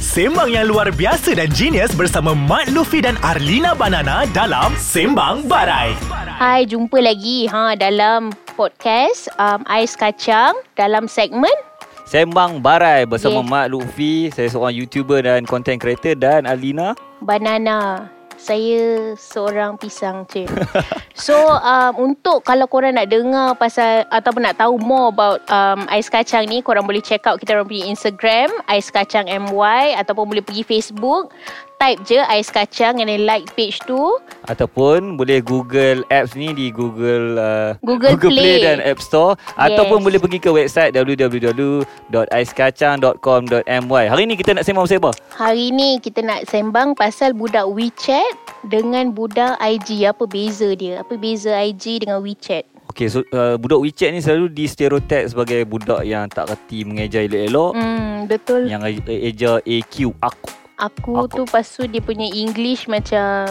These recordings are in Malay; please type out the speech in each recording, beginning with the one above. Sembang yang luar biasa dan genius bersama Mat Luffy dan Arlina Banana dalam Sembang Barai. Hai, jumpa lagi ha dalam podcast um, Ais Kacang dalam segmen Sembang Barai Yeah. bersama yeah. Mak Lutfi. Saya seorang YouTuber dan content creator dan Alina. Banana. Saya seorang pisang cik. So um, untuk kalau korang nak dengar pasal ataupun nak tahu more about um, Ais Kacang ni korang boleh check out kita orang punya Instagram Ais Kacang MY ataupun boleh pergi Facebook type je Ais Kacang and then like page tu Ataupun boleh Google apps ni di Google uh, Google Google Play. Play dan App Store ataupun boleh pergi ke website www.aiskacang.com.my. Hari ni kita nak sembang bersama. Hari ni kita nak sembang pasal budak WeChat dengan budak IG. Apa beza dia? Apa beza IG dengan WeChat? Okey, so uh, budak WeChat ni selalu di stereotip sebagai budak yang tak reti mengeja elok-elok, Hmm, betul. yang e- eja AQ aku. Aku, aku- tu pasu dia punya English macam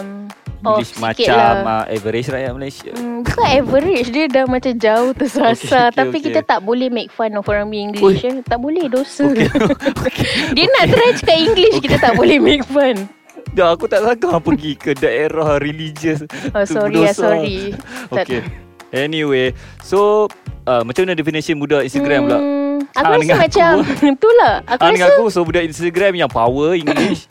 off Oh, English sikit macam lah. uh, average rakyat Malaysia. Hmm, bukan average Dia dah macam jauh terserasa okay, Okay, okay, okay, Tapi okay. okay. kita tak boleh make fun Of orang punya English eh. Tak boleh dosa okay. Dia nak try cakap English okay. Kita tak boleh make fun Dah aku tak sangka pergi ke daerah religious. Oh Tu sorry lah berdosa. sorry Tak- Okay. Anyway, so uh, macam mana definition budak Instagram pula? Hmm, Ah, Aku rasa dengan aku. macam Itulah Aku Ah, rasa dengan aku so budak Instagram yang power English.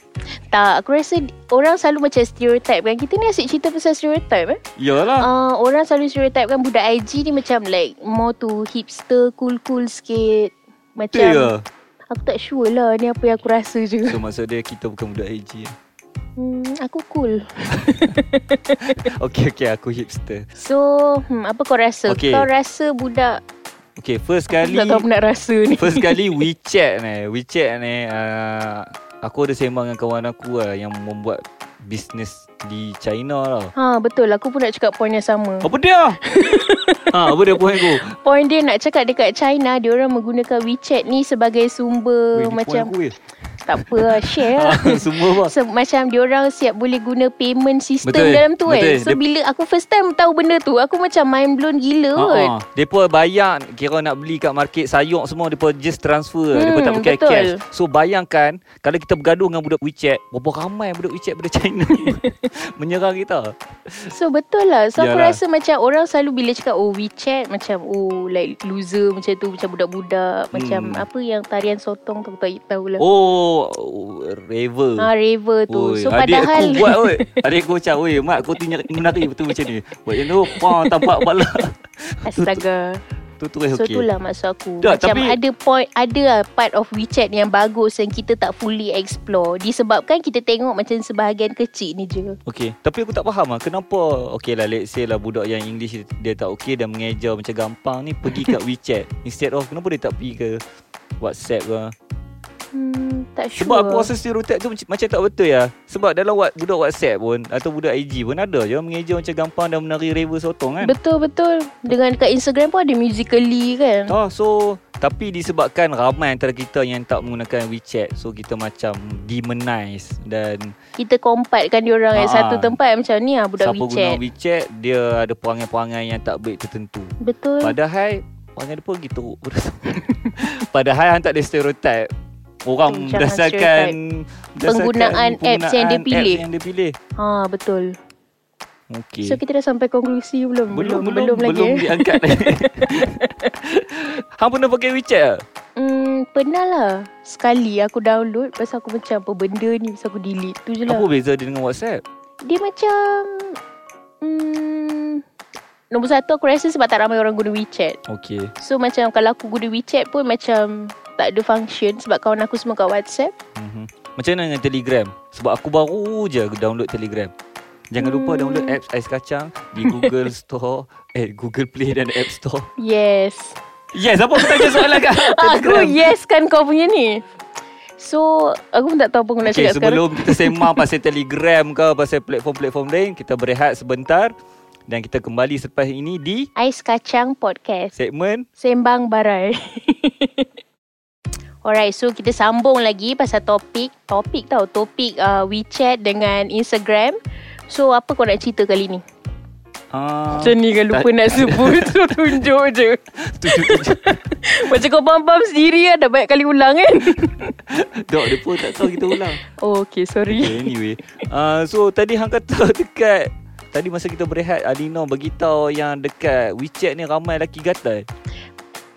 Tak, aku rasa orang selalu macam stereotype kan. Kita ni asyik cerita pasal stereotype eh. Yalah. Uh, orang selalu stereotype kan budak IG ni macam like more to hipster, cool-cool sikit. Betul ya. Macam aku tak sure lah ni apa yang aku rasa je. So maksud dia kita bukan budak AG. Hmm, aku cool. Okay okay aku hipster. So, hmm, apa kau rasa? Okay. Kau rasa budak Okay first Kali... tak kali tahu apa nak rasa ni. first kali WeChat ni. WeChat ni uh, aku ada sembang dengan kawan aku lah yang membuat bisnes di China tau. Ha betul aku pun nak cakap point yang sama Apa dia? ha, apa dia point aku? Point dia nak cakap dekat China Diorang menggunakan WeChat ni sebagai sumber Weh, ni Macam point aku, weh. tak apa lah share lah Ah, Semua apa? So, macam diorang siap boleh guna payment system Betul, dalam tu kan. betul. So Dia- bila aku first time tahu benda tu, aku macam mind blown gila uh kan. Ha. Depa bayar kira nak beli kat market sayur semua depa just Hmm, transfer. Hmm, depa tak pakai betul. cash. So bayangkan kalau kita bergaduh dengan budak WeChat, berapa ramai budak WeChat pada China menyerang kita. So betul lah. So aku Yalah. rasa macam orang selalu bila cakap oh WeChat macam oh like loser macam tu macam budak-budak macam Hmm. apa yang tarian sotong tu aku tak tahu lah. Oh, oh, raver. Ha raver tu. Oi, so adik padahal aku buat oi. Adik aku macam oi mak aku tu nyari- menari betul macam ni. Buat yang tu pang tapak pala. astaga. Tu tu eh, So okey. itulah maksud aku. Tak, macam tapi- ada point ada lah part of WeChat yang bagus yang kita tak fully explore disebabkan kita tengok macam sebahagian kecil ni je. Okey, tapi aku tak faham lah kenapa okey lah let's say lah budak yang English dia, dia tak okey dan mengeja macam gampang ni pergi kat WeChat instead of kenapa dia tak pergi ke WhatsApp ke. Hmm, tak sure. Sebab aku rasa stereotip tu macam, macam tak betul ya. Sebab dalam wat, budak WhatsApp pun atau budak IG pun ada je mengeja macam gampang dan menari reva sotong kan. Betul-betul Dengan kat Instagram pun ada musically kan Ah, so tapi disebabkan ramai antara kita yang tak menggunakan WeChat so kita macam demonize dan Kita compactkan diorang Kat Ah. satu tempat Macam ni lah budak siapa WeChat guna WeChat dia ada perangai-perangai yang tak baik tertentu. Betul Padahal Orang dia pun pergi teruk Padahal hang tak ada stereotip Orang Jangan berdasarkan, berdasarkan Penggunaan apps yang dia penggunaan pilih. apps yang dia pilih ha, Betul Okey So kita dah sampai konklusi belum? belum, belum, belum, lagi belum eh? diangkat lagi. Hang pernah pakai WeChat tak? Hmm, pernah lah Sekali aku download Pasal aku macam apa benda ni Pasal aku delete tu je lah Apa beza dia dengan WhatsApp? Dia macam hmm, Nombor satu aku rasa sebab tak ramai orang guna WeChat Okey So macam kalau aku guna WeChat pun macam Tak ada function Sebab kawan aku semua kat WhatsApp Mhm. Macam mana dengan Telegram? Sebab aku baru je download Telegram Jangan lupa Hmm. download apps Ais Kacang di Google Store Eh Google Play dan App Store Yes Yes apa aku tanya soalan kau Aku yes kan kau punya ni So Aku pun tak tahu apa aku nak Okay, cakap sekarang sebelum kita sembang pasal Telegram ke pasal platform-platform lain, kita berehat sebentar dan kita kembali selepas ini di Ais Kacang Podcast segmen Sembang Barai Alright so kita sambung lagi pasal topik Topik tau Topik uh, WeChat dengan Instagram So apa kau nak cerita kali ni Ah. Macam ni kan lupa nak sebut So tunjuk je Macam kau bambam sendiri kan Dah banyak kali ulang kan Dok dia pun tak tahu kita ulang. Oh okay Okay, sorry anyway. Uh, so tadi hang kata dekat Tadi masa kita berehat Alino beritahu yang dekat WeChat ni ramai lelaki gatal.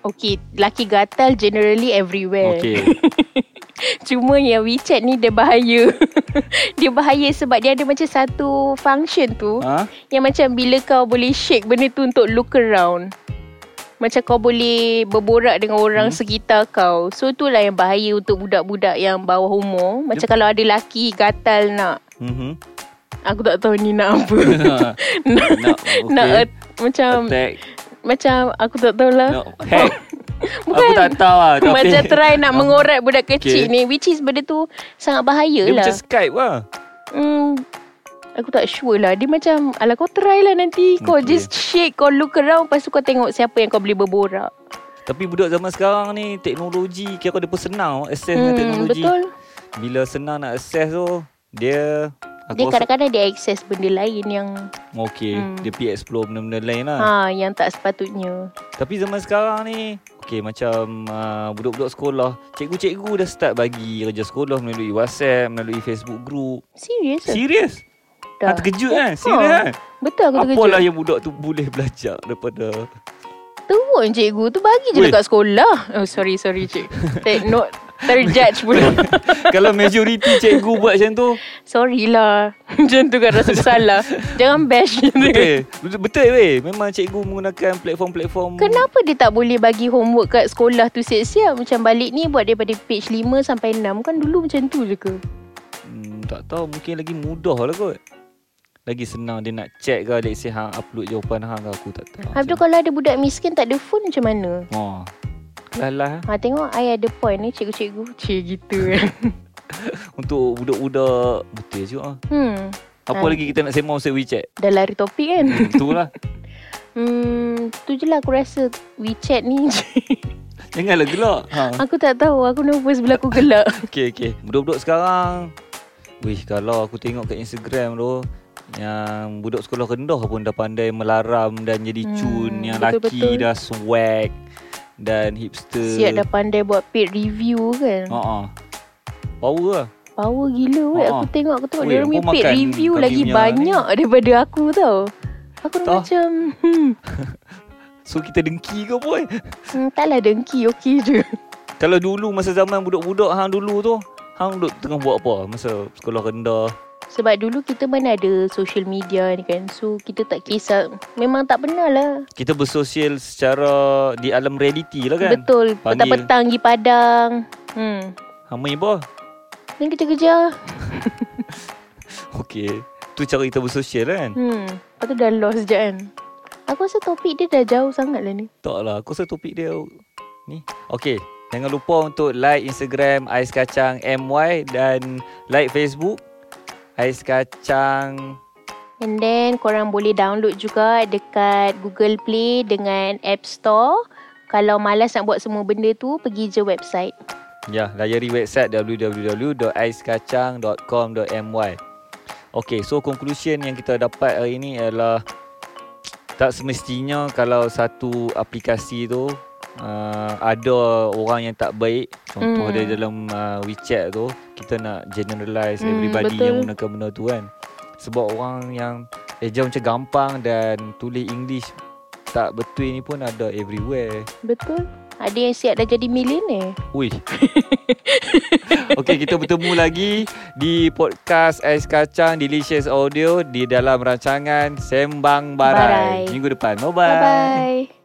Okay Laki gatal generally everywhere Okey. Cuma yang WeChat ni dia bahaya Dia bahaya sebab dia ada macam satu function tu Ha? Yang macam bila kau boleh shake benda tu untuk look around Macam kau boleh berborak dengan orang hmm. sekitar kau So tu lah yang bahaya untuk budak-budak yang bawah umur Macam kalau ada laki gatal nak Mhm. Aku tak tahu ni nak apa nak Nak, okay. nak eh, um, at- macam attack. Macam aku tak tahu lah Nak hack. Bukan. Aku tak tahu lah tapi Macam try nak mengorat budak Okay. kecil ni Which is benda tu sangat bahaya Dia lah macam Skype lah. Hmm, aku tak sure lah. Dia macam, ala kau try lah nanti. Kau okay. Okay. just shake, kau look around. Lepas tu kau tengok siapa yang kau boleh berborak. Tapi budak zaman sekarang ni teknologi kira dia pun senang access dengan Hmm, teknologi. betul. Bila senang nak access tu dia aku Dia rasa Oh, kadang-kadang dia access benda lain yang okey Hmm. dia pergi explore benda-benda lain lah. ha, yang tak sepatutnya. Tapi zaman sekarang ni Okay macam uh, Budak-budak sekolah Cikgu-cikgu dah start bagi Kerja sekolah Melalui WhatsApp Melalui Facebook group Serius lah. Serius? Dah. Hang terkejut kan? Serius kan? Betul aku terkejut. Apalah lah yang budak tu boleh belajar Daripada Teruk cikgu tu bagi je Weh. dekat sekolah. Oh sorry sorry cik. Take note. Terjudge pula. Kalau majoriti cikgu buat macam tu sorry lah. Macam tu kan rasa bersalah. Jangan bash. Betul Betul weh Memang cikgu menggunakan Hmm. Platform-platform Kenapa dia tak boleh bagi homework kat sekolah tu siap-siap? Macam balik ni buat daripada page 5 sampai 6. Kan dulu macam tu je ke? hmm, Tak tahu Mungkin lagi mudah lah kot Lagi senang dia nak check ke Let's say hang upload jawapan hang ke Aku tak tahu Habis tu kalau ada budak miskin tak ada phone macam mana? oh, Kalah Ha tengok I ada point ni cikgu-cikgu. Cik gitu kan. Untuk budak-budak Betul juga lah hmm. Apa Ah. lagi kita nak sembang pasal WeChat? Dah lari topik kan? Itulah. Hmm, tu je lah aku rasa WeChat ni Janganlah gelak. Ha. Aku tak tahu Aku nervous bila aku gelak Okey okey. Budak-budak sekarang Wih kalau aku tengok kat Instagram tu yang budak sekolah rendah pun dah pandai melaram dan jadi Hmm, cun yang laki betul-betul. dah swag dan hipster. Siap dah pandai buat paid review kan Ha ah. Power lah. Power gila weh Ha. Aku tengok Aku tengok Weh, Dia orang kau punya paid makan review kami Lagi punya banyak Daripada aku tau Aku Tah. macam Hmm So kita dengki ke boy? Hmm, taklah dengki okey je. Kalau dulu masa zaman budak-budak hang dulu tu hang duduk tengah buat apa masa sekolah rendah? Sebab dulu kita mana ada social media ni kan. So kita tak kisah. Memang tak pernah lah. Kita bersosial secara di alam realiti lah kan. Betul. Panggil. Petang-petang pergi padang. Hmm. Hang main apa? Dan kerja-kerja. Okey. Tu cara kita bersosial kan? Hmm. Lepas tu dah lost je kan. Aku rasa topik dia dah jauh sangat lah ni. Tak lah. Aku rasa topik dia ni. Okey. Jangan lupa untuk like Instagram Ais Kacang MY dan like Facebook Ais Kacang. And then korang boleh download juga dekat Google Play dengan App Store. Kalau malas nak buat semua benda tu, pergi je website. Ya, layari website www.aiskacang.com.my. Okey, so conclusion yang kita dapat hari ini ialah tak semestinya kalau satu aplikasi tu uh, ada orang yang tak baik contoh Hmm. dia dalam uh, WeChat tu kita nak generalize Hmm, everybody betul. yang gunakan benda tu kan sebab orang yang eja macam gampang dan tulis English tak betul ni pun ada everywhere Betul? Ada yang siap dah jadi millionaire. Ui. Okey, kita bertemu lagi di podcast Ais Kacang Delicious Audio di dalam rancangan Sembang Barai, Barai. minggu depan. Bye-bye. Bye-bye.